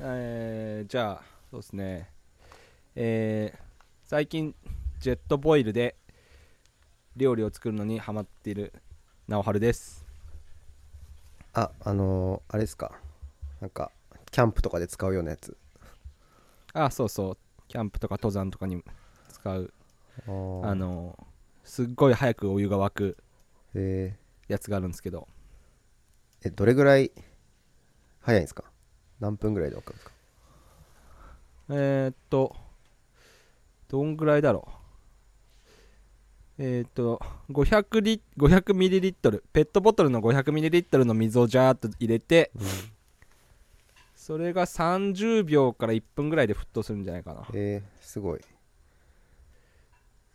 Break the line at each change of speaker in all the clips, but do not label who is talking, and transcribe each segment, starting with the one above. えーじゃあそうですねえー最近ジェットボイルで料理を作るのにハマっている直春です
ああのーあれですかなんかキャンプとかで使うようなやつ
あそうそうキャンプとか登山とかに使う
あの
あのすっごい早くお湯が沸く
え
やつがあるんですけど
ーえどれぐらい早いんですか何分ぐらいで分かるんですか
えー、っとどんぐらいだろうえー、っと500リ500ミリリットルペットボトルの500ミリリットルの水をジャーっと入れてそれが30秒から1分ぐらいで沸騰するんじゃないかな
えーすごい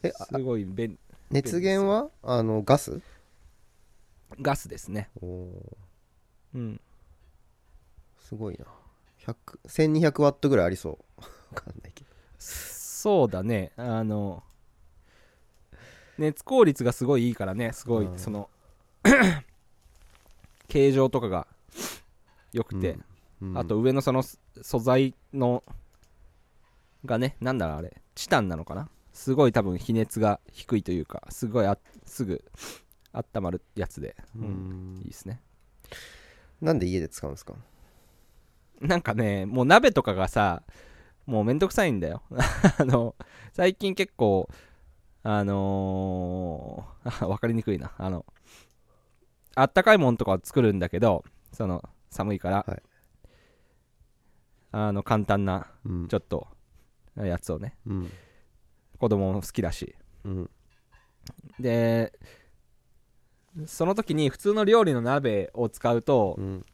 えあ
すごい便
熱源はあのガス
ガスですね
おー
うん
すごいな100 1200ワットぐらいありそうわかんないけど
そうだねあの熱効率がすごいいいからねすごい
うん
その 形状とかが良くて、
うん
あと上のそのす素材のがねなんだろうあれチタンなのかなすごい多分比熱が低いというかすごいあすぐ温まるやつで、
う
うん
ん
いいですね
なんで家で使うんですか
なんかねもう鍋とかがさもうめんどくさいんだよ あの最近結構あのー、 分かりにくいなあのあったかいもんとかを作るんだけどその寒いから、
はい
あの簡単な
うん
ちょっとやつをね
うん
子供も好きだし
うん
でその時に普通の料理の鍋を使うと、
うん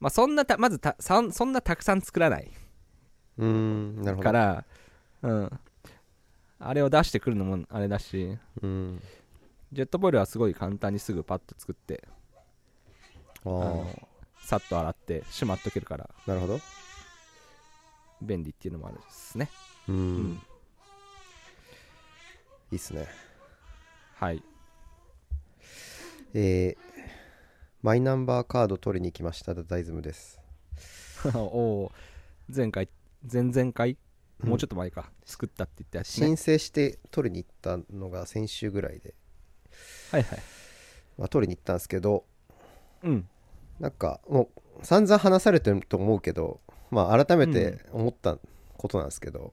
まあ、そんなたまずたさんそんなたくさん作らない
うんなるほど
から、うん、あれを出してくるのもあれだし
うん
ジェットボイルはすごい簡単にすぐパッと作って
あー
あのさっと洗ってしまっとけるから
なるほど
便利っていうのもあるですね、
う
う
ん
ん
いいっすね
はい
えーマイナンバーカード取りに来ましたダダイズムです。
おおー前回前々回
うん
もうちょっと前か、作ったって言ったやつね
申請して取りに行ったのが先週ぐらいで、
はいはい
まあ、取りに行ったんですけど、
うん
なんかもう散々話されてると思うけど、まあ、改めて思ったことなんですけど、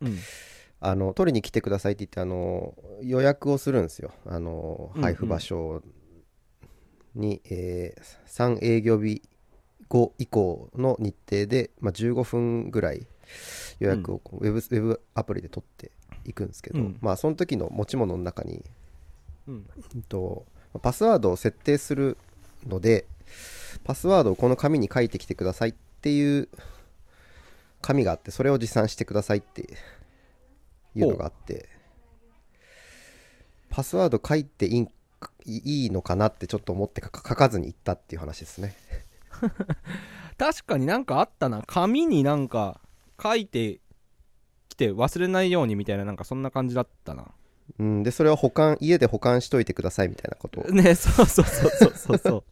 うん
あの取りに来てくださいって言ってあの予約をするんですよあの
うんうん
配布場所に、えー3営業日後以降の日程で、まあ、15分ぐらい予約をこうウェブウェブアプリで取っていくんですけど、
うん
まあその時の持ち物の中に、
うん
えっと、パスワードを設定するのでパスワードをこの紙に書いてきてくださいっていう紙があってそれを持参してくださいっていうのがあってパスワード書いていいんいいのかなってちょっと思って書か書かずに行ったっていう話ですね
確かになんかあったな紙になんか書いてきて忘れないようにみたいななんかそんな感じだったな
うんでそれは保管家で保管しといてくださいみたいなことを
ねそうそうそうそうそうそう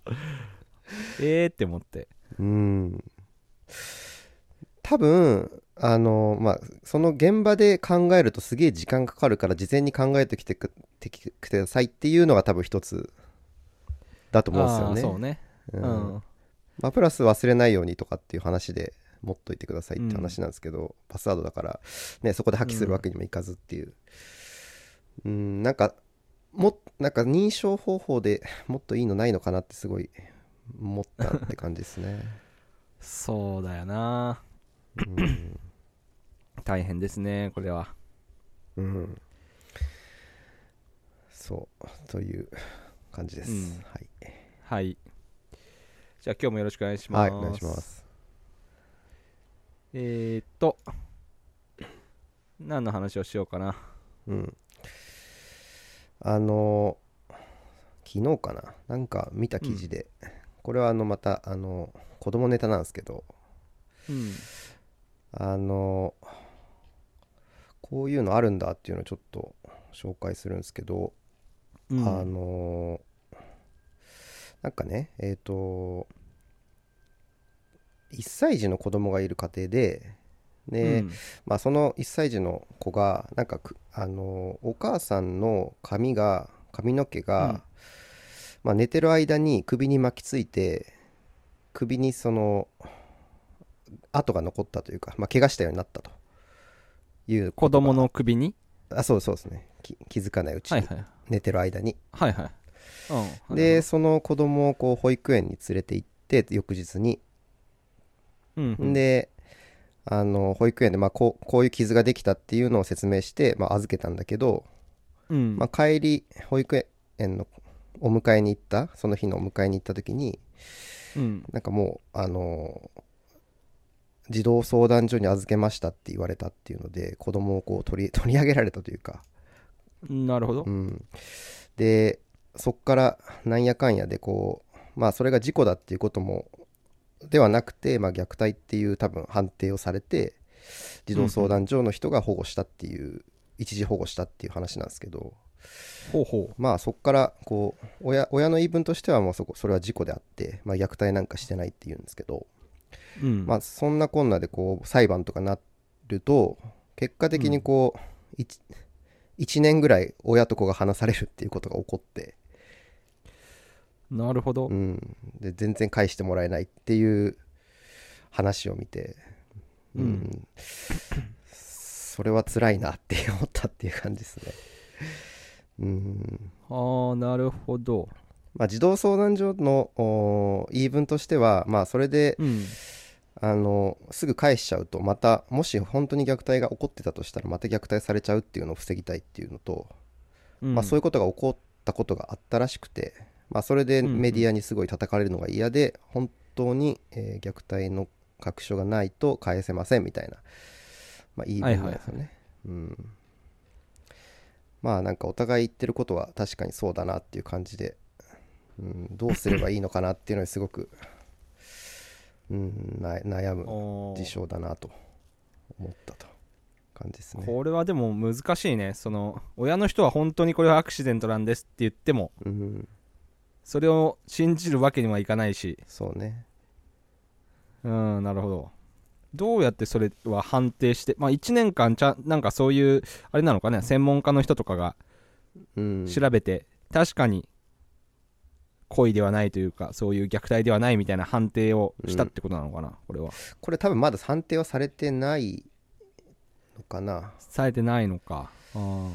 えーって思って
うん多分あのまあその現場で考えるとすげえ時間かかるから事前に考えてきてくてきてくださいっていうのが多分一つだと思うんです
あー
よ
そう
ね。
ねう
うん
ん、
まあ、プラス忘れないようにとかっていう話で持っといてくださいって話なんですけど、パスワードだから、ね、そこで破棄するわけにもいかずっていう、うん、なんかもなんか認証方法でもっといいのないのかなってすごい思ったって感じですね。
そうだよな
うん
大変ですねこれは
うん。そう、という感じです。
うん
はい。
はいじゃあ今日もよろしくお願いしま
は
す
い、お願いします。
えー、っと何の話をしようかな
うん。あのー、昨日かな、なんか見た記事で、これはあの、また、あの、子供ネタなんですけど、
うん
あのー、こういうのあるんだっていうのをちょっと紹介するんですけど、
うん
あのーなんかねえっ、と1歳児の子供がいる家庭で、で、
うん
まあ、その1歳児の子がなんかくあのお母さんの髪が髪の毛が、
うん
まあ、寝てる間に首に巻きついて首にその跡が残ったというか、まあ、怪我したようになったという
子供の首に
あそうそうですねき気づかないうち
はい
に
はい
寝てる間に、
はいはいうん
でその子供をこう保育園に連れて行って翌日に
うんうん
であの保育園で、まあ、こうこういう傷ができたっていうのを説明して、まあ、預けたんだけど、
うん
まあ、帰り保育園のお迎えに行ったその日のお迎えに行った時に
うん
なんかもうあのー児童相談所に預けましたって言われたっていうので子供をこう取り 取り上げられたというか、
なるほど
うん、でそっからなんやかんやでこうまあそれが事故だっていうこともではなくて、まあ、虐待っていう多分判定をされて児童相談所の人が保護したっていう、一時保護したっていう話なんですけど
ほうほ
まあそこからこう親親の言い分としてはもうそこそれは事故であって、まあ、虐待なんかしてないっていうんですけど、
ううん
まあそんなこんなでこう裁判とかなると結果的にこう 1, 年ぐらい親と子が離されるっていうことが起こって、
なるほど
うん、で全然返してもらえないっていう話を見て、うん
うん
それは辛いなって思ったっていう感じですね。うん
ああなるほど
まあ、児童相談所のおー言い分としては、まあ、それで、
うん
あのすぐ返しちゃうとまたもし本当に虐待が起こってたとしたらまた虐待されちゃうっていうのを防ぎたいっていうのと、まあ、そういううことが起こったことがあったらしくて、まあ、それで
うんうん
メディアにすごい叩かれるのが嫌で、本当に、えー虐待の確証がないと返せませんみたいな、まあ、言い分なんですよね。うんまあなんかお互い言ってることは確かにそうだなっていう感じで、うん、どうすればいいのかなっていうのにすごく、うん、な悩む
んあー
事象だなと思ったと感じですね。
これはでも難しいねその親の人は本当にこれはアクシデントなんですって言っても
うん、
それを信じるわけにはいかないし
そうね。
うんなるほどどうやってそれは判定してまあ1年間ちゃんなんかそういうあれなのかね専門家の人とかが
うん、
調べて、確かに故意ではないというかそういう虐待ではないみたいな判定をしたってことなのかな、これは
これ多分まだ判定はされてないのかな、
されてないのかあー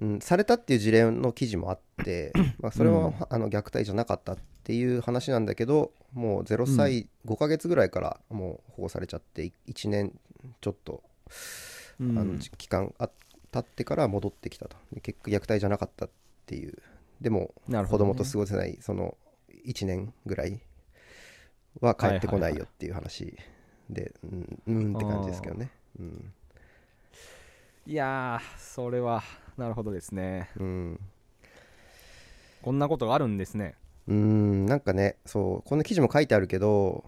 うん、されたっていう事例の記事もあ って、まあ、それ
う
は
ん
あの虐待じゃなかったっていう話なんだけどもう0歳5ヶ月ぐらいからもう保護されちゃって1年ちょっとあ
うん
の期間あ経ってから戻ってきたとで結局虐待じゃなかったっていうでも
なる
子
ほどね、
供と過ごせないその1年ぐらいは帰ってこないよっていう話でうんうんって感じですけどね。うん
いやーそれはなるほどですね
うん
こんなことがあるんですね
うーんなんかねそうこの記事も書いてあるけど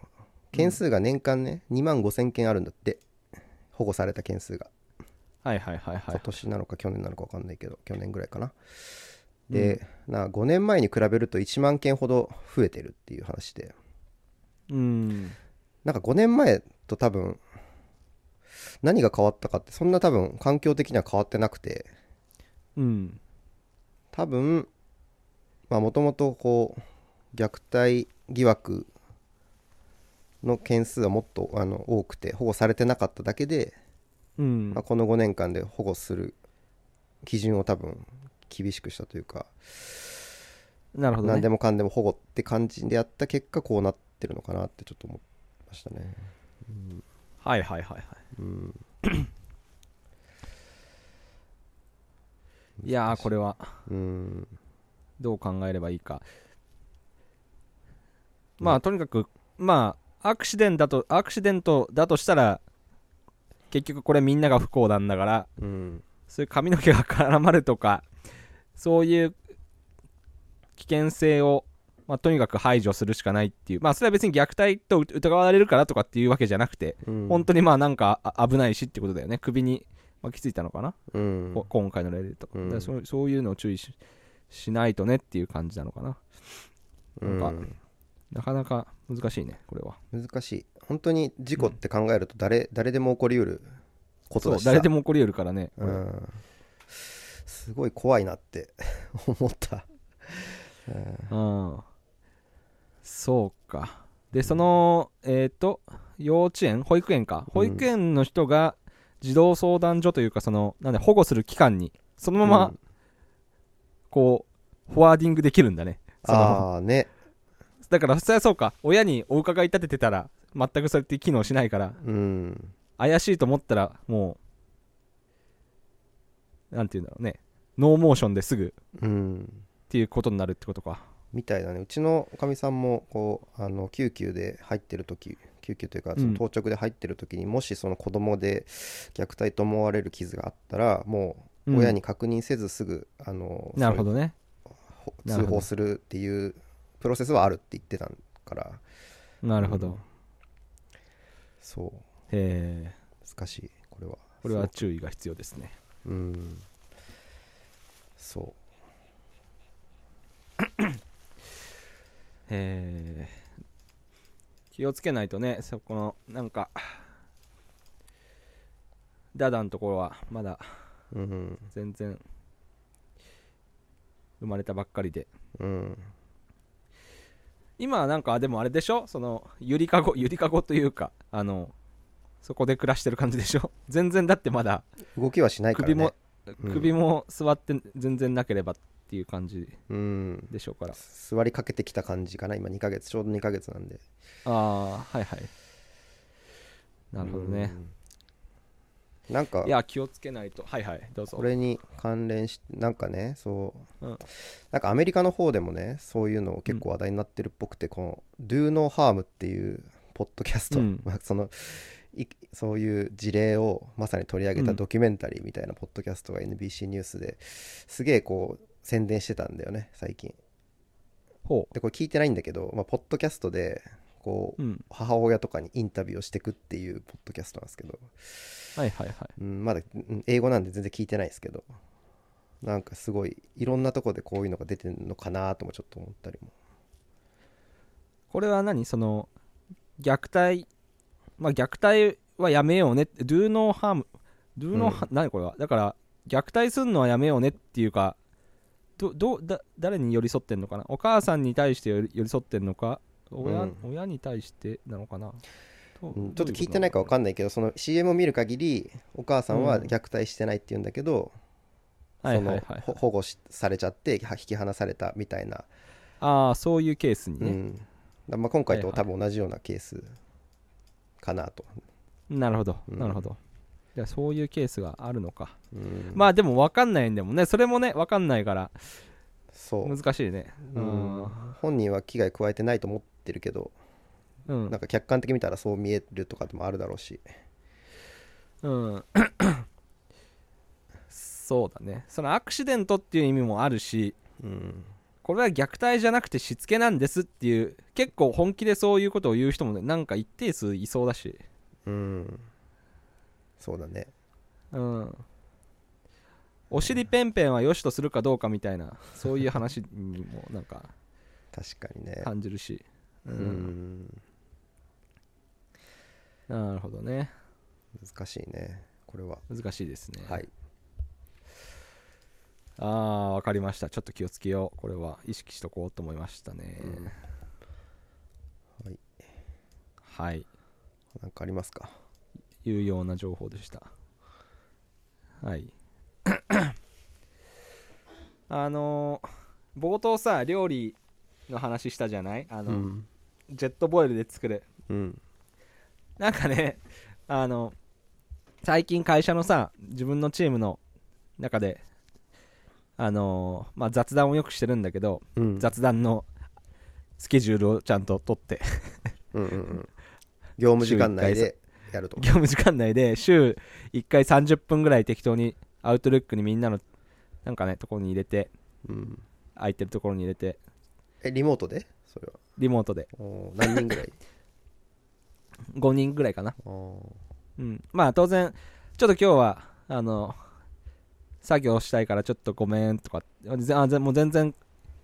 件数が年間ね、2万5000件あるんだって保護された件数が
はいはいはいは
今
い
年なのか去年なのか分かんないけど去年ぐらいかなで、な5年前に比べると1万件ほど増えてるっていう話で
うん
なんか5年前と多分何が変わったかってそんな多分環境的には変わってなくて
うん
多分まあもともとこう虐待疑惑の件数はもっとあの多くて保護されてなかっただけで、
うん
まあ、この5年間で保護する基準を多分厳しくしたというか、
なるほど、ね、
何でもかんでも保護って感じでやった結果こうなってるのかなってちょっと思いましたね。
はいはいはいはい
うん、
いやーこれは
うん
どう考えればいいかまあとにかくまあアクシデントだとアクシデントだとしたら結局これみんなが不幸なんだから
うん
そういう髪の毛が絡まるとかそういう危険性を、まあ、とにかく排除するしかないっていうまあそれは別に虐待と疑われるからとかっていうわけじゃなくて、
うん
本当にまあなんかあ危ないしってことだよね首に巻きついたのかな
うん
こ今回の例でと、
うん
だからそうそういうのを注意ししないとねっていう感じなのかな
うん
なんなかなか難しいね、これは。
難しい本当に事故って考えると誰,、誰でも起こりうること
そう
だしさ
誰でも起こり得るからね。こ
う
れ
んすごい怖いなって 思った
うん。そうか。で、その、えっ、と、幼稚園、保育園か。保育園の人が児童相談所というか、その、なんで、保護する機関に、そのまま、
うん
こう、フォワーディングできるんだね。その
ああね
だから、普通はそうか、親にお伺い立ててたら、全くそれって機能しないから、
うん
怪しいと思ったら、もう、なんていうんだろうね、ノーモーションですぐっ
うん
ていうことになるってことか。
みたいだねうちのおかみさんもこうあの救急で入ってる時救急というか
うん
その当直で入ってる時に、もしその子供で虐待と思われる傷があったらもう親に確認せずすぐ、あの
なるほ
ど
どね。なる
通
ほど
報するっていうプロセスはあるって言ってたから
なるほど。
そう
へえ。
難しいこれは
これは注意が必要ですね。
そううんそ
えー気をつけないとねそこのなんかダダのところはまだ
ううん
全然生まれたばっかりで
うん
今はなんかでもあれでしょそのゆりかごゆりかごというかあのそこで暮らしてる感じでしょ全然だってまだ
動きはしないから、ね、
首も、
うん
首も座って全然なければっていう感じ
うん
でしょうから
座りかけてきた感じかな今2ヶ月ちょうど2ヶ月なんで
ああーはいはいなるほどね、
うんなんか
いや気をつけないとはいはいどうぞ
これに関連してなんかねそう、
うん
なんかアメリカの方でもねそういうの結構話題になってるっぽくて、この「Do No Harm」っていうポッドキャスト、
うん
まあそのいそういう事例をまさに取り上げ
う
た
ん
ドキュメンタリーみたいなポッドキャストが NBC ニュースですげえこう宣伝してたんだよね最近。
ほ
でこれ聞いてないんだけど、まあ、ポッドキャストでこう、
ううん
母親とかにインタビューをしてくっていうポッドキャストなんですけど、
はいはいはい
うん、まだうん英語なんで全然聞いてないですけどなんかすごいいろんなとこでこういうのが出てんのかなともちょっと思ったりも
これは何その虐待まあ虐待はやめようね Do no harm Do no
うん
harm、何これはだから虐待するのはやめようねっていうかどどだ誰に寄り添ってんのかなお母さんに対して寄り寄り添ってんのか親,、
うん
親に対してなのかな、ど
う
うん
ちょっと聞いてないから分かんないけどその CM を見る限りお母さんは
うん
虐待してないって言うんだけど、
は
そ
い
の、
はいはい
ほ保護しされちゃっては引き離されたみたいな、
ああそういうケースに
う
ね、
んだまあ、今回と
はいは
多
い
分同じようなケースかなと、
なるほど、
うん
なるほどじゃあそういうケースがあるのか、
うん
まあでも分かんないんだもんねそれもね分かんないから
そう
難しいね
うん
うん
本人は危害加えてないと思ってるけど
うん
なんか客観的に見たらそう見えるとかでもあるだろうし
うん、 そうだねそのアクシデントっていう意味もあるし
うん
これは虐待じゃなくてしつけなんですっていう結構本気でそういうことを言う人もねなんか一定数いそうだし、
うんそうだね
うん、お尻ペンペンは良しとするかどうかみたいなそういう話にもなんか
確かに ね
感じるし、う、
うんん
なるほどね
難しいねこれは
難しいですね、
はい
ああ分かりましたちょっと気をつけようこれは意識しとこうと思いましたね、
はい
はい
なんかありますか
有用な情報でしたはい あのー冒頭さ料理の話したじゃないあの、
うん
ジェットボイルで作る
うん
なんかねあの最近会社のさ自分のチームの中であのーまあ、雑談をよくしてるんだけど、
うん
雑談のスケジュールをちゃんと取って
うんうんうん業務時間内でやると
業務時間内で週1回30分ぐらい適当にアウトルックにみんなのなんかねところに入れて
うん
空いてるところに入れて
えリモートでそれは
リモートで
おー何人ぐ らい
5人ぐらいかな
お
うんまあ当然ちょっと今日はあの作業したいからちょっとごめんとかあぜあぜもう全然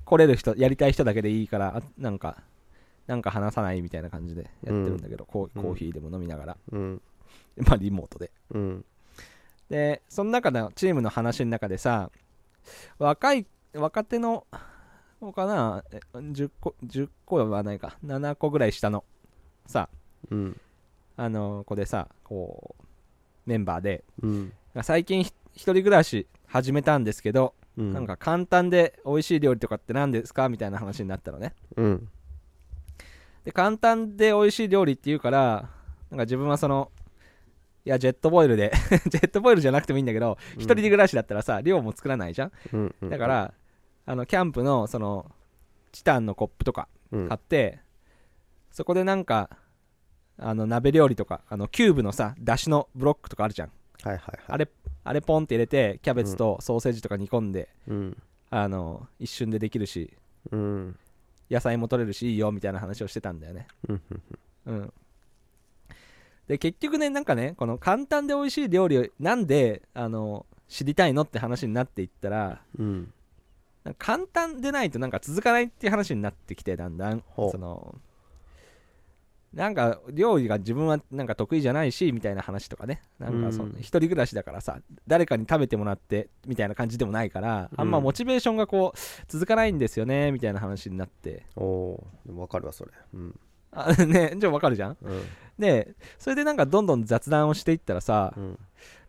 来れる人やりたい人だけでいいからあなんかなんか話さないみたいな感じでやってるんだけど、コー
うん
コーヒーでも飲みながら、
うん
まあリモートで
うん
でその中のチームの話の中でさ若い若手のどうかなえ10個10個はないか7個ぐらい下のさ
うん
あの子でさこうメンバーで
うん
最近ひ一人暮らし始めたんですけど、
うん
なんか簡単で美味しい料理とかって何ですかみたいな話になったのね
うん
で簡単で美味しい料理って言うからなんか自分はそのいやジェットボイルで ジェットボイルじゃなくてもいいんだけど一、人で暮らしだったらさ量も作らないじゃん
うんうん
だから、あのキャンプのそのチタンのコップとか
うん
買って、そこでなんかあの鍋料理とかあのキューブのさだしのブロックとかあるじゃん
はいはいはい
あれあれポンって入れてキャベツとソーセージとか煮込んで、
うん
あの一瞬でできるし
うん
野菜も取れるしいいよみたいな話をしてたんだよね
うん
うんで結局ねなんかねこの簡単で美味しい料理をなんであの知りたいのって話になっていったら
うん
なんか簡単でないとなんか続かないっていう話になってきてだんだん
ほう
そのなんか料理が自分はなんか得意じゃないしみたいな話とかねなんかその
うん
一人暮らしだからさ誰かに食べてもらってみたいな感じでもないからあんま
うん
モチベーションがこう続かないんですよねみたいな話になって
おおーでもわかるわそれうん
あねじゃあわかるじゃん
うん
でそれでなんかどんどん雑談をしていったらさ
うん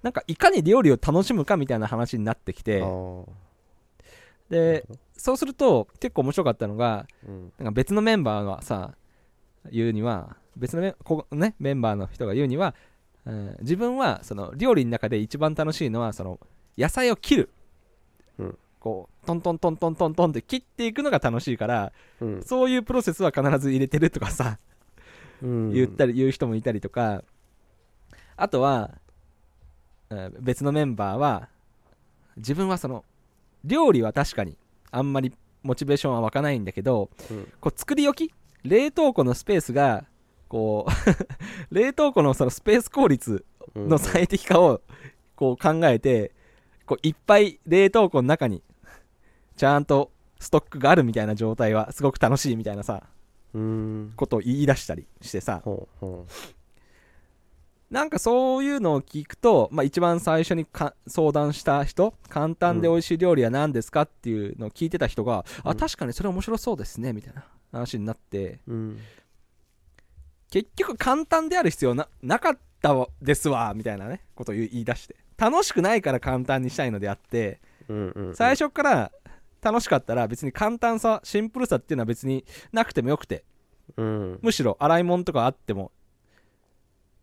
なんかいかに料理を楽しむかみたいな話になってき
あ
て
ーなる
で
ほど
そうすると結構面白かったのが
うん
なんか別のメンバーがさ言うには別のメンここ、ね、メンバーの人が言うには、うん自分はその料理の中で一番楽しいのはその野菜を切る、
うん
こうトントントントントントンって切っていくのが楽しいから
うん
そういうプロセスは必ず入れてるとかさ、
うん
言ったり言う人もいたりとかあとは、うん別のメンバーは自分はその料理は確かにあんまりモチベーションは湧かないんだけど、
うん
こう作り置き冷凍庫のスペースがこう 冷凍庫のそのスペース効率
うん
の最適化をこう考えてこういっぱい冷凍庫の中にちゃんとストックがあるみたいな状態はすごく楽しいみたいなさ
うん
ことを言い出したりしてさ
ほうほ
なんかそういうのを聞くと、まあ、一番最初にか相談した人簡単で美味しい料理は何ですかっていうのを聞いてた人が、
う
あ
ん
確かにそれ面白そうですねみたいな話になって
ううん
結局簡単である必要ななかったですわみたいなねことを言い言い出して楽しくないから簡単にしたいのであって
うんうん
最初から楽しかったら別に簡単さシンプルさっていうのは別になくてもよくて
うん
むしろ洗い物とかあっても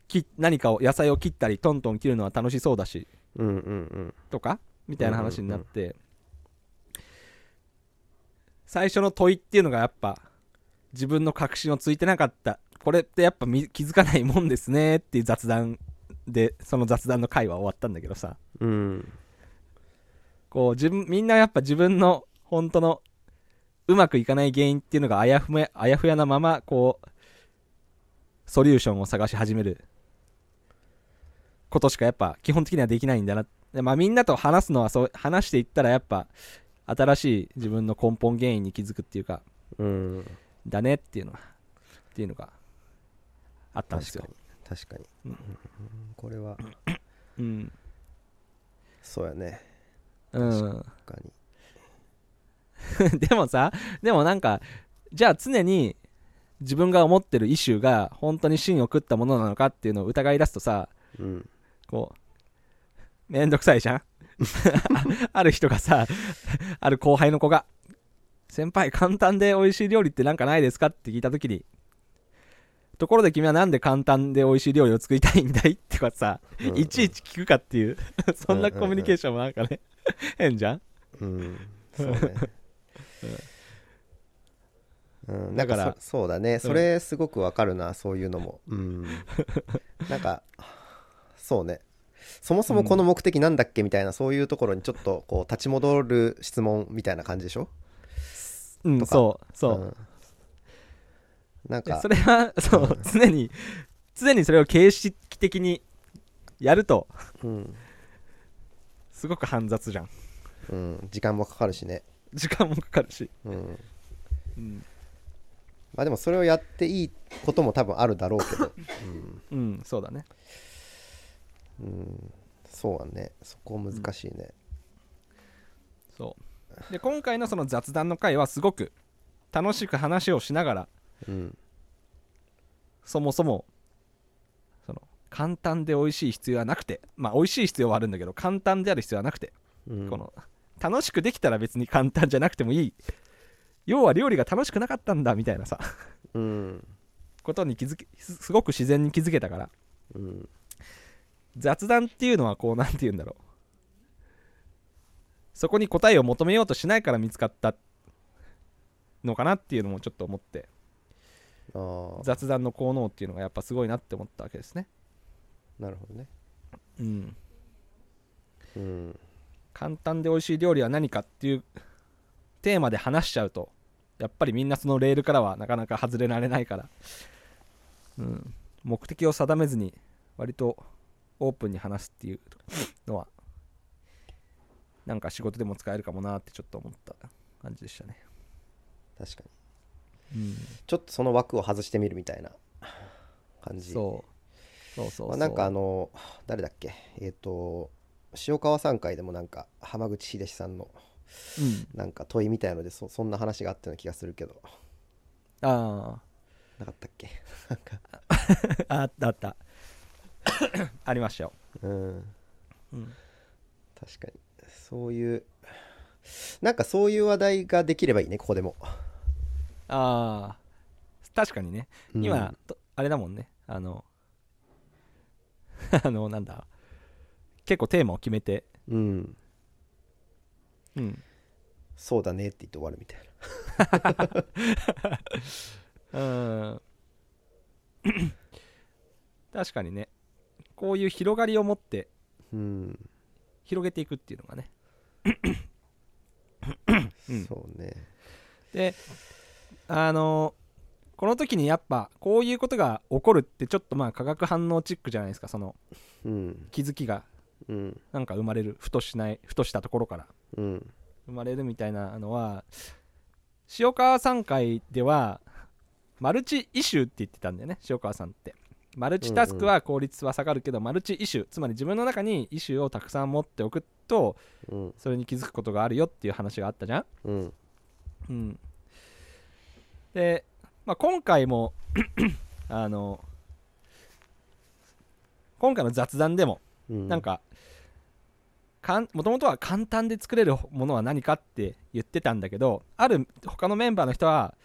き何かを野菜を切ったりトントン切るのは楽しそうだし
うんうんうん
とかみたいな話になって、最初の問いっていうのがやっぱ自分の確信をついてなかったこれってやっぱみ気づかないもんですねっていう雑談でその雑談の会は終わったんだけどさ
うん
こう自分みんなやっぱ自分の本当のうまくいかない原因っていうのがあやふめあやふやなままこうソリューションを探し始めることしかやっぱ基本的にはできないんだなでまあみんなと話すのはそう話していったらやっぱ新しい自分の根本原因に気づくっていうか
うん
だねっていうのはっていうのがあったんです
確か
よ
に、確かに
うん
うんこれは
うん
そうやね
うん、
他に
でもさでもなんかじゃあ常に自分が思ってるイシューが本当に芯を食ったものなのかっていうのを疑い出すとさ
うん
こうめんどくさいじゃん ある人がさある後輩の子が「先輩簡単で美味しい料理ってなんかないですか?」って聞いた時に「ところで君はなんで簡単で美味しい料理を作りたいんだい?」 ってかさ、
うん
いちいち聞くかっていうそんなコミュニケーションもなんかね変じゃん
うんそうねうん、だ
だ
か
から
らそそうだねそれすごくわかるな、そういうのもうん なんかそうねそもそもこの目的なんだっけみたいな、そういうところにちょっとこう立ち戻る質問みたいな感じでしょ
うん
とか
そうそう、
んなん
で
か
それはそう、
うん
常に常にそれを形式的にやると
うん
すごく煩雑じゃん
うん、時間もかかるしね、
時間もかかるし、
うん、
うん
まあでもそれをやっていいことも多分あるだろうけ ど、うん、
うんそうだね
うん、そうはねそこ難しいね、
そうで今回のその雑談の回はすごく楽しく話をしながら
うん、
そもそもその簡単で美味しい必要はなくてまあ美味しい必要はあるんだけど簡単である必要はなくて、
うん
この楽しくできたら別に簡単じゃなくてもいい要は料理が楽しくなかったんだみたいなさ
うん
ことに気づきすすごく自然に気づけたから
うん
雑談っていうのはこうなんて言うんだろうそこに答えを求めようとしないから見つかったのかなっていうのもちょっと思って
ああ
雑談の効能っていうのがやっぱすごいなって思ったわけですね
なるほどね
うん
うん
簡単で美味しい料理は何かっていうテーマで話しちゃうとやっぱりみんなそのレールからはなかなか外れられないから、うん、目的を定めずに割とオープンに話すっていうのはなんか仕事でも使えるかもなってちょっと思った感じでしたね、
確かに
うん、
ちょっとその枠を外してみるみたいな感じ
そうそうそう
ま
そ
あ、
う
なんかあの誰だっけえっ、と塩川さん会でもなんか浜口秀さんの
うん、
なんか問いみたいのでそそんな話があったような気がするけど
あ
なかったっけ
ー あったあった ありましたよ、
うん
うん、
確かにそういうなんかそういう話題ができればいいねここでも、
ああ確かにね
うん
今、とあれだもんねあの あのなんだ結構テーマを決めて、
うん
うん、
そうだねって言って終わるみたい
ん 確かにねこういう広がりを持って
なうん、
広げていくっていうのがね うん
そうね
であのこの時にやっぱこういうことが起こるってちょっとまあ化学反応チックじゃないですかその
うん
気づきが
うん
なんか生まれるふとしないふとしたところから
うん
生まれるみたいなのは塩川さん会ではマルチイシューって言ってたんだよね塩川さんってマルチタスクは効率は下がるけど、マルチイシューつまり自分の中にイシューをたくさん持っておくと
うん
それに気づくことがあるよっていう話があったじゃん
うん
うんで、まあ、今回も あの今回の雑談でも
うん
なんかもともとは簡単で作れるものは何かって言ってたんだけどある他のメンバーの人は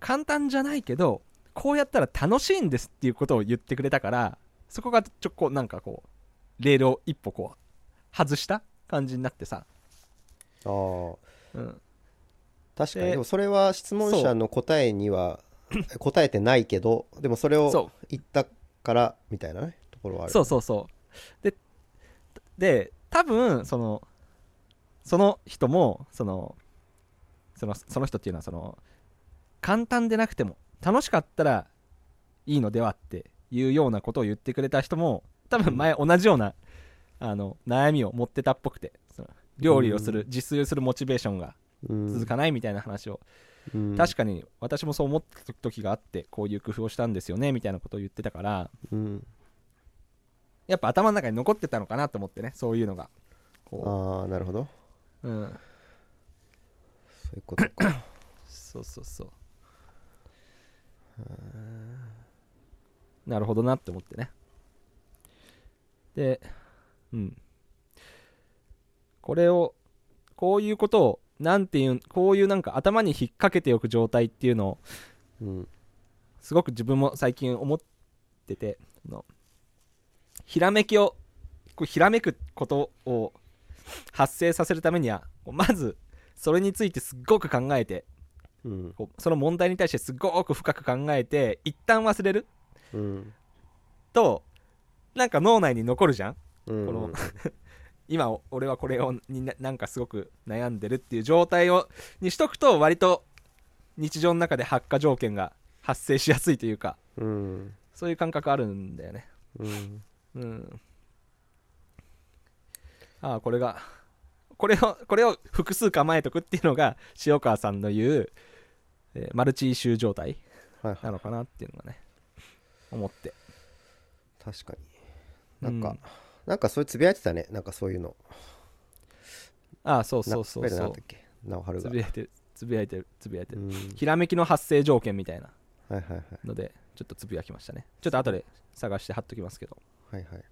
簡単じゃないけどこうやったら楽しいんですっていうことを言ってくれたからそこがちょっこうなんかこうレールを一歩こう外した感じになってさ、
ああ
うん、
確かに
で
でもそれは質問者の答えには答えてないけどでもそれを
そ
言ったからみたいなねところはあ
う
る
そうそうそうでで多分そのその人もそのそのその人っていうのはその簡単でなくても楽しかったらいいのではっていうようなことを言ってくれた人も多分前同じような、あの悩みを持ってたっぽくてその料理をする、自炊をするモチベーションが
うん
続かないみたいな話を、
うん
確かに私もそう思った時があってこういう工夫をしたんですよねみたいなことを言ってたから
うん
やっぱ頭の中に残ってたのかなと思ってねそういうのがこ
ああなるほど
う、うん、
そういうことか
そうそうそうなるほどなって思ってねでうんこれをこういうことをなんていうんこういうなんか頭に引っ掛けておく状態っていうのを
うん
すごく自分も最近思っててあのひらめきをこうひらめくことを発生させるためにはこうまずそれについてすっごく考えて
うん
こうその問題に対してすごく深く考えて一旦忘れる
うん
となんか脳内に残るじゃん
うん
この今お俺はこれをにななんかすごく悩んでるっていう状態をにしとくと割と日常の中で発火条件が発生しやすいというか
うん
そういう感覚あるんだよね
うん
うん。ああ、これが、これを、これを複数構えとくっていうのが、塩川さんの言う、えーマルチイシュー状態
はい
な
はい
のかなっていうのがね思って
確かになんか、
うん
なんかそういうつぶやいてたねなんかそういうの
ああそう
な
そうそう
つぶ
そ
やいうてたなおはる
つ
が
ぶやいてるつぶやいてるつぶやいて
う
る、
んはい
ひらめきの発生条件みたいな
はいはい
のでちょっとつぶやきましたねちょっと後で探して貼っときますけど、
はいはい
うん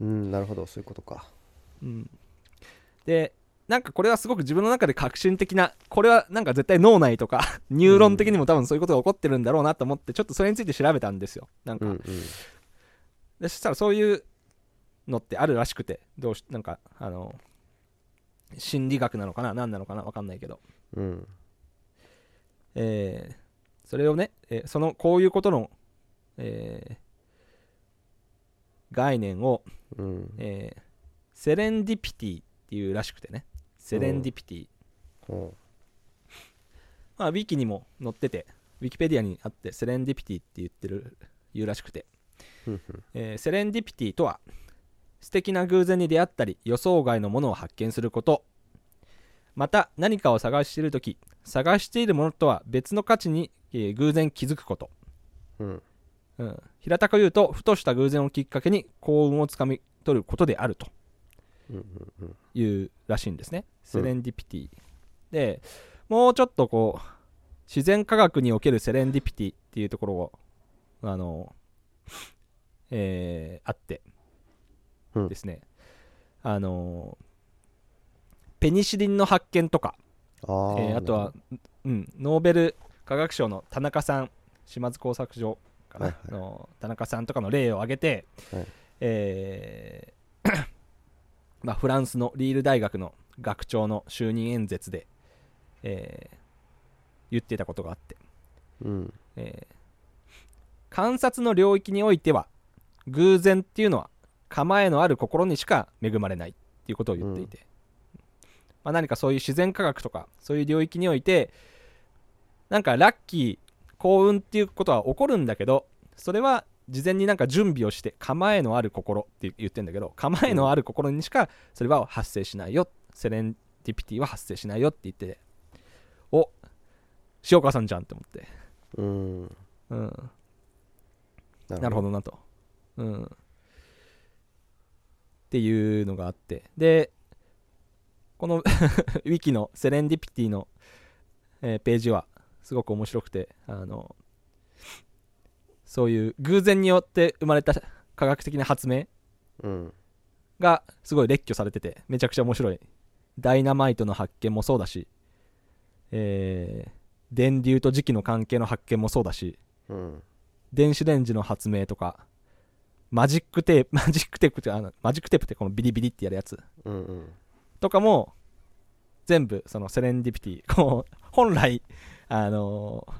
うんなるほどそういうことか
うん、でなんかこれはすごく自分の中で革新的なこれはなんか絶対脳内とか ニューロン的にも多分そういうことが起こってるんだろうなと思ってちょっとそれについて調べたんですよなん
う
か、
んうん
でそしたらそういうのってあるらしくてどうしなんかあの心理学なのかな何なのかな分かんないけど、
うん
えーそれをね、えーそのこういうことの、えー概念を、
うん
えーセレンディピティっていうらしくてねセレンディピティ、
ほ
まあ、ウィキにも載ってて、ウィキペディアにあって、セレンディピティって言ってる、言うらしくて、
うふんふん
えーセレンディピティとは、素敵な偶然に出会ったり、予想外のものを発見すること。また、何かを探しているとき、探しているものとは別の価値に、えー偶然気づくこと。
うん
うん、平たく言うと、ふとした偶然をきっかけに幸運をつかみ取ることであると。
うんうんうん
いうらしいんですねセレンディピティ、でもうちょっとこう自然科学におけるセレンディピティっていうところをあの えーあって
うん
ですね、あのペニシリンの発見とか
あ
あ,、
ー
えーあと
なる
は、うん、ノーベル化学賞の田中さん島津工作所かな、
はいはい
の田中さんとかの例を挙げて、
はい
えー まあ、フランスのリール大学の学長の就任演説で、えー言ってたことがあって、
ほどうん
えー観察の領域においては偶然っていうのは構えのある心にしか恵まれないっていうことを言っていて、まあ、何かそういう自然科学とかそういう領域においてなんかラッキー幸運っていうことは起こるんだけどそれは事前になんか準備をして構えのある心って言ってんだけど構えのある心にしかそれは発生しないよセレンディピティは発生しないよって言っててお塩川さんじゃんって思って、
うん
うん、
な
なるほどなと。うん。っていうのがあって。で、この ウィキのセレンディピティの、えーページはすごく面白くて、あの、そういう偶然によって生まれた科学的な発明
うん
がすごい列挙されてて、めちゃくちゃ面白い。ダイナマイトの発見もそうだし、えー電流と磁気の関係の発見もそうだし、
うん
電子レンジの発明とかマジックテープ マジックテープってあのマジックテープってこのビリビリってやるやつ
うんうん
とかも全部そのセレンディピティ こう本来あのー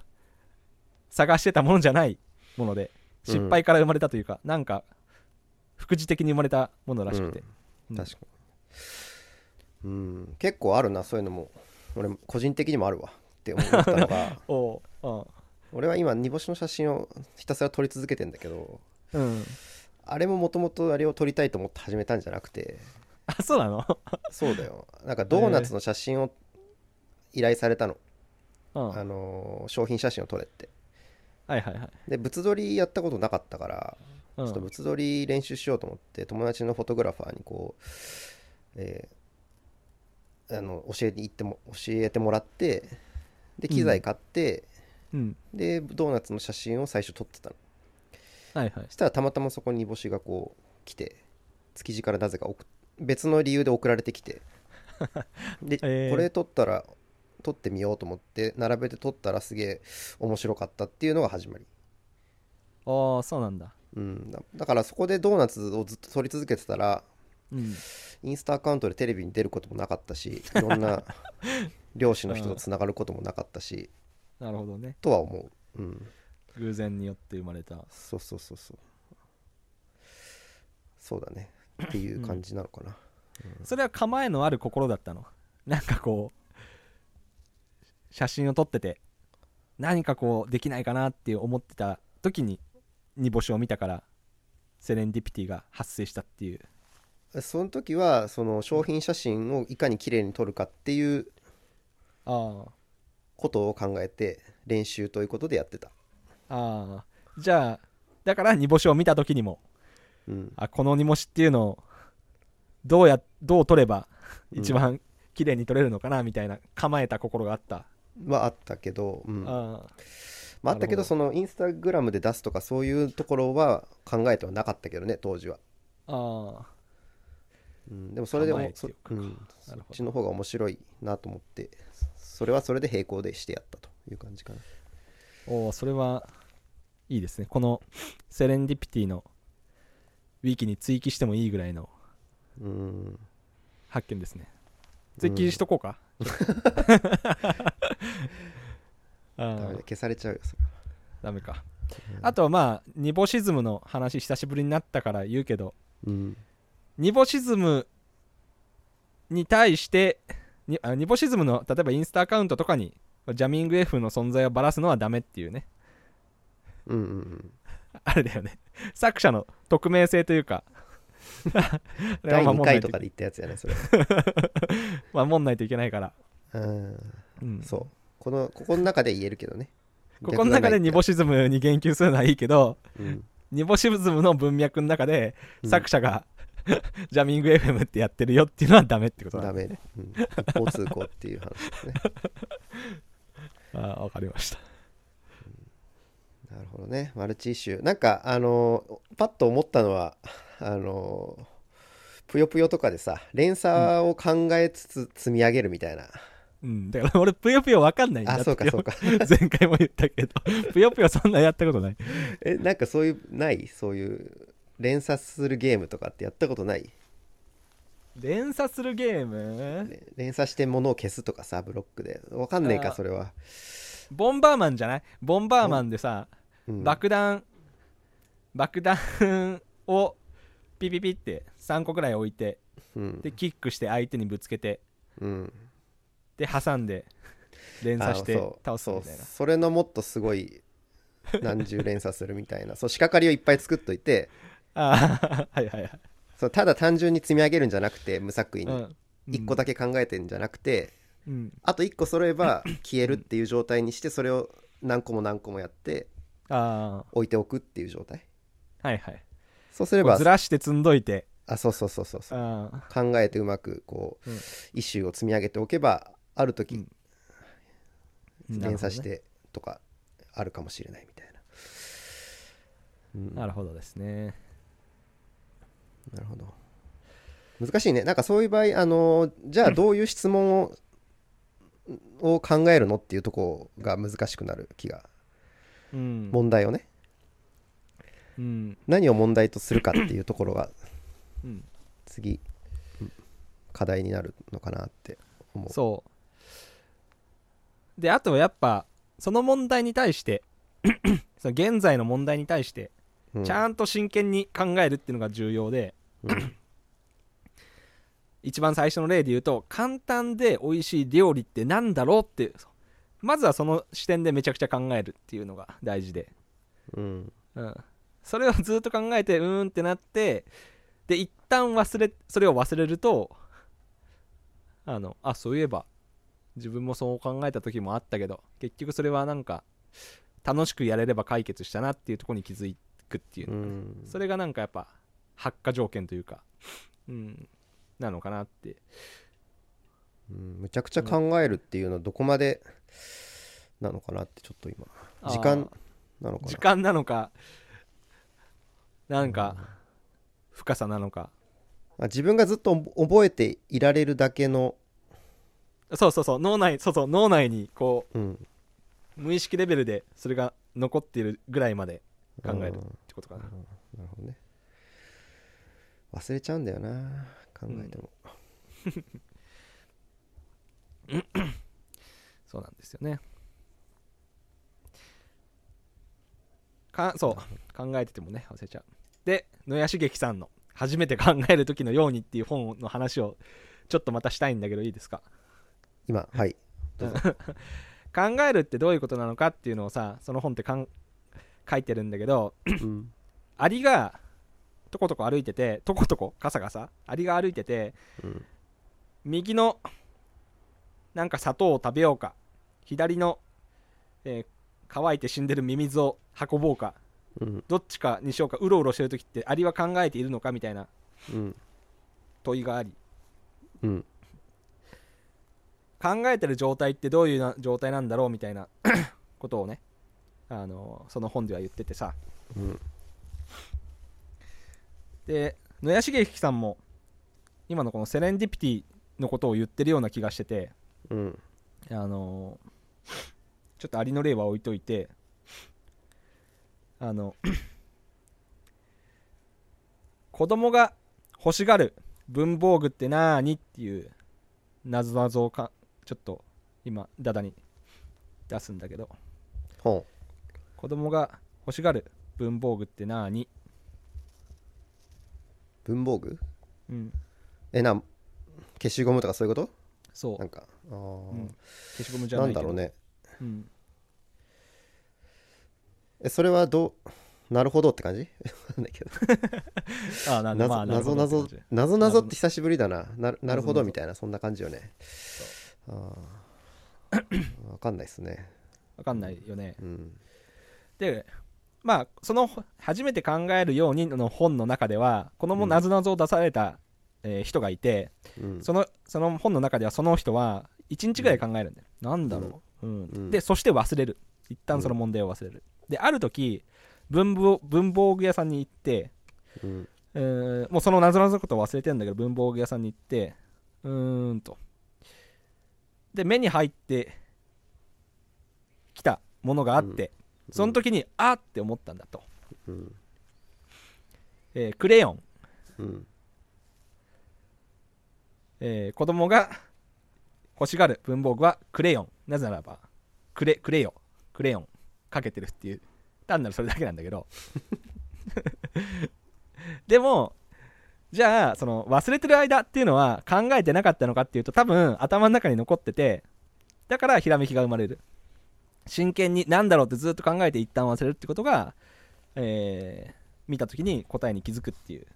探してたものじゃないもので
うん
失敗から生まれたというか、なんか副次的に生まれたものらしくて、うん
確かにうん結構あるなそういうのも俺も個人的にもあるわって思ったのが
おう
俺は今煮干しの写真をひたすら撮り続けてんだけど
うんうん
あれももともとあれを撮りたいと思って始めたんじゃなくて
あそうなの、
そうだよなんかドーナツの写真を依頼されたの、
うん、は
あのー商品写真を撮れって
いはいはい、
で物撮りやったことなかったから
うん
ちょっと物撮り練習しようと思って友達のフォトグラファーにこう、えーあの教えて行っても教えてもらってで機材買って、
うん
でドーナツの写真を最初撮ってたの
はいはい
そしたらたまたまそこに煮干しがこう来て築地からなぜか送別の理由で送られてき てで、
えー
これ撮ったら撮ってみようと思って並べて撮ったらすげえ面白かったっていうのが始まり
ああそうなんだ
うん、だだからそこでドーナツをずっと撮り続けてたら
うん
インスタアカウントでテレビに出ることもなかった しいろんな漁師の人とつながることもなかったし
なるほどね
とは思う、うん、
偶然によって生まれた
そうそうそうそうそうだねっていう感じなのかな、
それは構えのある心だったのなんかこう写真を撮ってて何かこうできないかなって思ってた時に煮干しを見たからセレンディピティが発生したっていう
その時はその商品写真をいかに綺麗に撮るかっていう
ああ
ことを考えて練習ということでやってた、
ああじゃあだから煮干しを見た時にも
うん、
あこの煮干しっていうのをどうやどう取れば
うん
一番綺麗に取れるのかなみたいな構えた心があった、
はあったけど、うん、
あ
まあ、あったけ
なるほ
ど
ど
そのインスタグラムで出すとかそういうところは考えてはなかったけどね当時は、
ああ
うん、でもそれで
構え
も
て
そ,、
よく
う
か
ん、そ
な
っ
るほど
ちの方が面白いなと思ってそれはそれで並行でしてやったという感じかな
あおーそれはいいですねこのセレンディピティのウィキに追記してもいいぐらいの
うん
発見ですね追記しとこうか、 あ
ダメだ
ー
消されちゃうよそ
ダメか
れ、
あとはまあニボシズムの話久しぶりになったから言うけど
うん
ニボシズムに対してにあニボシズムの例えばインスタアカウントとかにジャミング F の存在をばらすのはダメっていうね
うんうんうん
あれだよね作者の匿名性というかあれは
第
守
2
んない
回
と
とかで言ったやつやねそれ、
守んないといけないから、
うん、
うん
そうこのここの中で言えるけどね
ここの中でニボ
シ、
シズムに言及するのはいいけど
うん
ニボシズムの文脈の中で
うん
作者が、 ジャミング FM ってやってるよっていうのはダメってことだ
ダメ、うん、一方通行っていう話ですね
あーわかりました
なるほどねマルチイシューなんかあのーパッと思ったのはあのーぷよぷよとかでさ連鎖を考えつつ積み上げるみたいな、
うんだから俺ぷよぷよわかんないんだ
あそうかそうか
前回も言ったけどぷよぷよそんなやったことない
えなんかそういうないそういう連鎖するゲームとかってやったことない
連鎖するゲーム
れ連鎖して物を消すとかさブロックでわかんねえか
あー
それは、
ボンバーマンじゃないボンバーマンでさ、
うん
爆弾爆弾をピピピって3個くらい置いて
うん
でキックして相手にぶつけて
うん
で挟んで連鎖して
あのそう
倒すみたい
そ
な
うそれのもっとすごい何十連鎖するみたいなそう仕掛かりをいっぱい作っといて
ああ はいはいはい
そうただ単純に積み上げるんじゃなくて無作為
う
に
ん
1個だけ考えてんじゃなくて、
うん
あと1個揃え ば消えるっていう状態にしてそれを何個も何個もやって
あ
置いておくっていう状態
あはいはい
そうすれば
ずらして積んどいて
あそうそうそうそうそう
ああ
考えてうまくこう、
うん
イシューを積み上げておけばある
う
時
ん
連鎖し
なる
てとかあるかもしれないみたいな、うん
ほどねなるほどですね
なるほど難しいねなんかそういう場合あのじゃあどういう質問 を,、を考えるのっていうとこが難しくなる気が
うん
問題をね
うん
何を問題とするかっていうところが
うん
次うん課題になるのかなって思う
そうであとやっぱその問題に対して その現在の問題に対して
うん
ちゃんと真剣に考えるっていうのが重要で、
うん
一番最初の例で言うと簡単で美味しい料理ってなんだろうっていうまずはその視点でめちゃくちゃ考えるっていうのが大事で、
うん
うん、それをずっと考えてうーんってなってで一旦忘れそれを忘れるとあのあそういえば自分もそう考えた時もあったけど結局それはなんか楽しくやれれば解決したなっていうところに気づくっていう
う
の、
ん
それがなんかやっぱ発火条件というかうんなのかなって
うんむちゃくちゃ考えるっていうのはどこまでなのかなってちょっと今時間なのかな
時間なのかなんか深さなのか
あ自分がずっと覚えていられるだけの、
そうそうそう脳内そうそう脳内にこう
うん、
無意識レベルでそれが残っているぐらいまで考えるっ
うん
てことかな、
なるほどね忘れちゃうんだよな考えても、
そうなんですよねかそう考えててもね忘れちゃうで野谷茂樹さんの「初めて考える時のように」っていう本の話をちょっとまたしたいんだけどいいですか
今はい
考えるってどういうことなのかっていうのをさその本ってかん書いてるんだけど
うん
アリがとことこ歩いててとことこカサカサアリが歩いてて
うん
右のなんか砂糖を食べようか左の、えー乾いて死んでるミミズを運ぼうか
うん
どっちかにしようかうろうろしてる時ってアリは考えているのかみたいな
うん
問いがあり
うん
考えてる状態ってどういうな状態なんだろうみたいな ことをねあのその本では言っててさ
うん
で野谷茂樹さんも今のこのセレンディピティのことを言ってるような気がしてて
うん
あのちょっとアリの例は置いといてあの 子供が欲しがる文房具ってなーにっていうなぞなぞをかちょっと今ダダに出すんだけど
ほ
子供が欲しがる文房具ってなーに、
う文房具
うん、
えな消しゴムとかそういうこ
そ
となん
う、
かあー
うん、消しゴムじゃ
な
ない
ん
けど
だろうね
うん、
えそれはどうなるほどって感じ なんだけど
ああな
な
まあなるほ
ぞ
ど
なぞ
って感じ
なぞなぞって久しぶりだなななるほ
なぞなぞ
どみたいなそんな感じよねあー わかんないっすね
わかんないよね、
うん
でまあそのほ初めて考えるようにの本の中ではこのも
うん
なぞなぞを出された、えー人がいて
うん
そのその本の中ではその人は1日ぐらい考えるんだよ、なんだろう、うん
うん
でそして忘れる一旦その問題を忘れる、である時文房文房具屋さんに行って、
うん
えーもうそのなぞなぞのことを忘れてるんだけど文房具屋さんに行ってうーんとで目に入ってきたものがあって、その時にあーって思ったんだと、
うん
えークレヨン、
うん
えー子供が欲しがる文房具はクレヨンなぜならばクレクレヨクレヨンかけてるっていう単なるそれだけなんだけど でもじゃあその忘れてる間っていうのは考えてなかったのかっていうと多分頭の中に残っててだからひらめきが生まれる真剣に何だろうってずっと考えて一旦忘れるってことが、えー見た時に答えに気づくっていう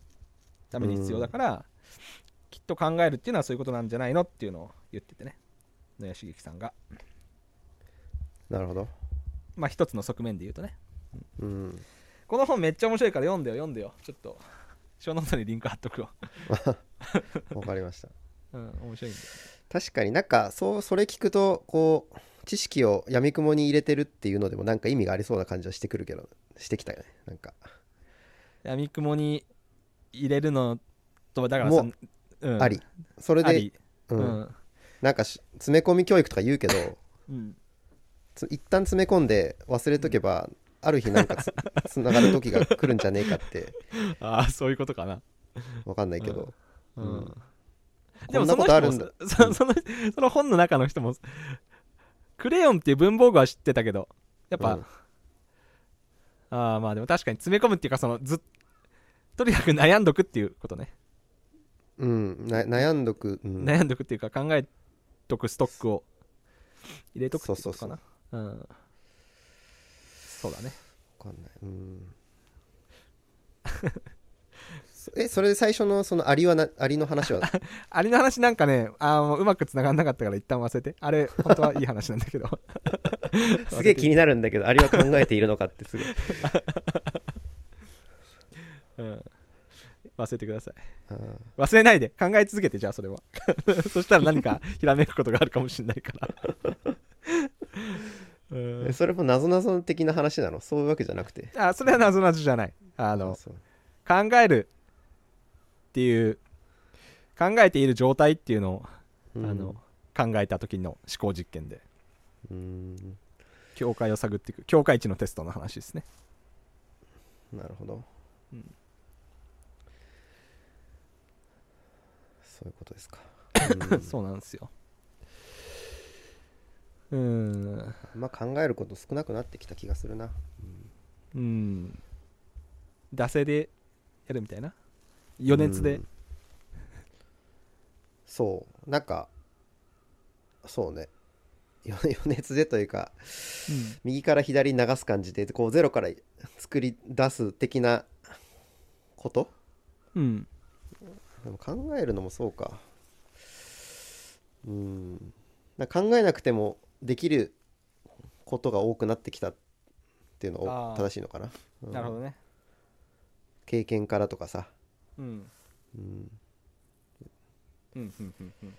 ために必要だから、きっと考えるっていうのはそういうことなんじゃないのっていうのを言っててね野谷茂樹さんが
なるほど
まあ一つの側面で言うとね
うん
この本めっちゃ面白いから読んでよ読んでよちょっと小ノートにリンク貼っとくわ
わかりました
うん面白いんで
確かになんかそうそれ聞くとこう知識をやみくもに入れてるっていうのでもなんか意味がありそうな感じはしてくるけどしてきたよねなんか
やみくもに入れるのとだからさ
も
うん
あり、それ
あ
で
り
う
うんん
なんかし詰め込み教育とか言うけど
うん
つ一旦詰め込んで忘れとけばある日なん かつつながる時が来るんじゃねえかって
ああそういうことかな
わかんないけど、
う
うん
ん
こんなことあるんだ
そ の人もそそのその本の中の人もクレヨンっていう文房具は知ってたけどやっぱ、
うん
ああまあでも確かに詰め込むっていうかそのずっとにかく悩んどくっていうことね、
うん、な悩んどく、うん
悩んどくっていうか考えとくストックを入れとくっていうことかな
そう
うんそうだね
わかんないうん そえそれで最初のそのアリはなアリの話 は
あれの話なんかねあーもううまくつながんなかったから一旦忘れてあれ本当はいい話なんだ けど
すげえ気になるんだけどアリは考えているのかって すごい
うん忘れてください
うん
忘れないで考え続けてじゃあそれは そしたら何かひらめくことがあるかもしれないから う
え
ん
それもなぞなぞ的な話なのそういうわけじゃなくて
あそれは謎なぞじゃないあ
あ
の
そう
考えるっていう考えている状態っていうのを、
うん
あの考えた時の思考実験で
うん
境界を探っていく境界値のテストの話ですね
なるほど、
うん
そういうことですか、
そうなんですようーん
うん まあ考えること少なくなってきた気がするな
うん惰性でやるみたいな余熱で
うんそうなんかそうねよ 余熱でというか右から左に流す感じでこうゼロから作り出す的なこと
うん、うん
でも考えるのもそうかうんなんか考えなくてもできることが多くなってきたっていうの
あ
を
ー
正しいのかな、うん
なるほどね
経験からとかさ、
うん
うん、
うんうんうんうん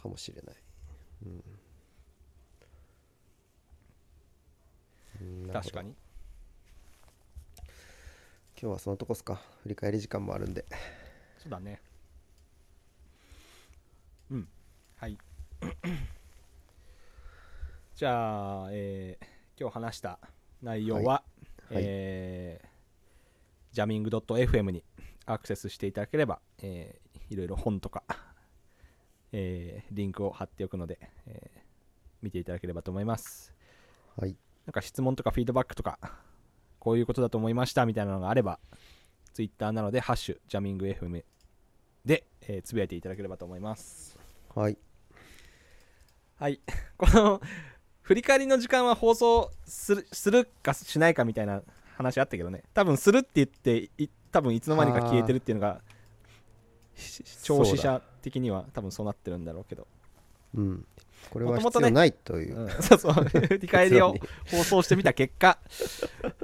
かもしれない、うん、うん
確
なるほ
か
ど
に
今日はそのとこっすか振り返り時間もあるんで
そうだねうんはい じゃあ、えー今日話した内容は、
いはい
えージャミング .fm にアクセスしていただければ、えーいろいろ本とか、えーリンクを貼っておくので、えー見ていただければと思います
はい
なんか質問とかフィードバックとか、こういうことだと思いましたみたいなのがあれば、ツイッターなので、ハッシュ、ジャミング FM で、えーつぶやいていただければと思います。
はい
はい。 この、振り返りの時間は放送するするかしないかみたいな話あったけどね、多分するって言って、い多分いつの間にか消えてるっていうのが、し聴取者的には多分そうなってるんだろうけど、
うんこれ
も
は
ともと
必
ね
要ないという
うんそうそう、振り返りを放送してみた結果、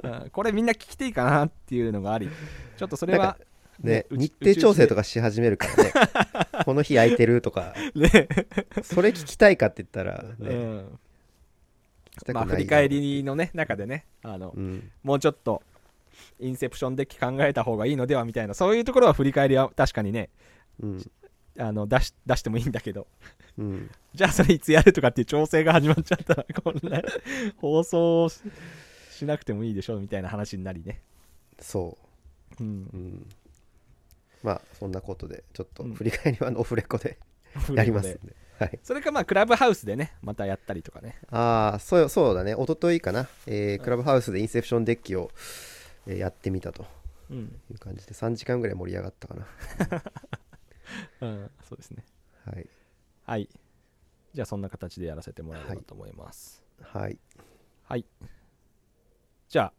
うんこれみんな聞きていいかなっていうのがありちょっとそれは
ね、
うち
日程調整と
う
かし始めるからねこの日空いてるとか
ちうちね
それ聞きたいかって言ったら、ね
うん
聞きたくない
まあ振り返りのね中でねあの、
うん
もうちょっとインセプションデッキ考えた方がいいのではみたいなそういうところは振り返りは確かにね
うん
あの出し出してもいいんだけど
うん
じゃあそれいつやるとかっていう調整が始まっちゃったらこんな放送ししなくてもいいでしょうみたいな話になりね、
そ
うん
う、うん、まあそんなことでちょっと振り返りはオフレコでやりますんで、はい、
それかまあクラブハウスでねまたやったりとかね
ああそうそうだね一昨日かな、えークラブハウスでインセプションデッキを、えーやってみたと
うん、
いう感じで3時間ぐらい盛り上がったかな
うん、そうですね
はい
はいじゃあそんな形でやらせてもらえればと思います
はい、
はい、じゃあ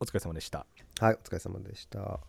お疲れ様でした
はい、お疲れ様でした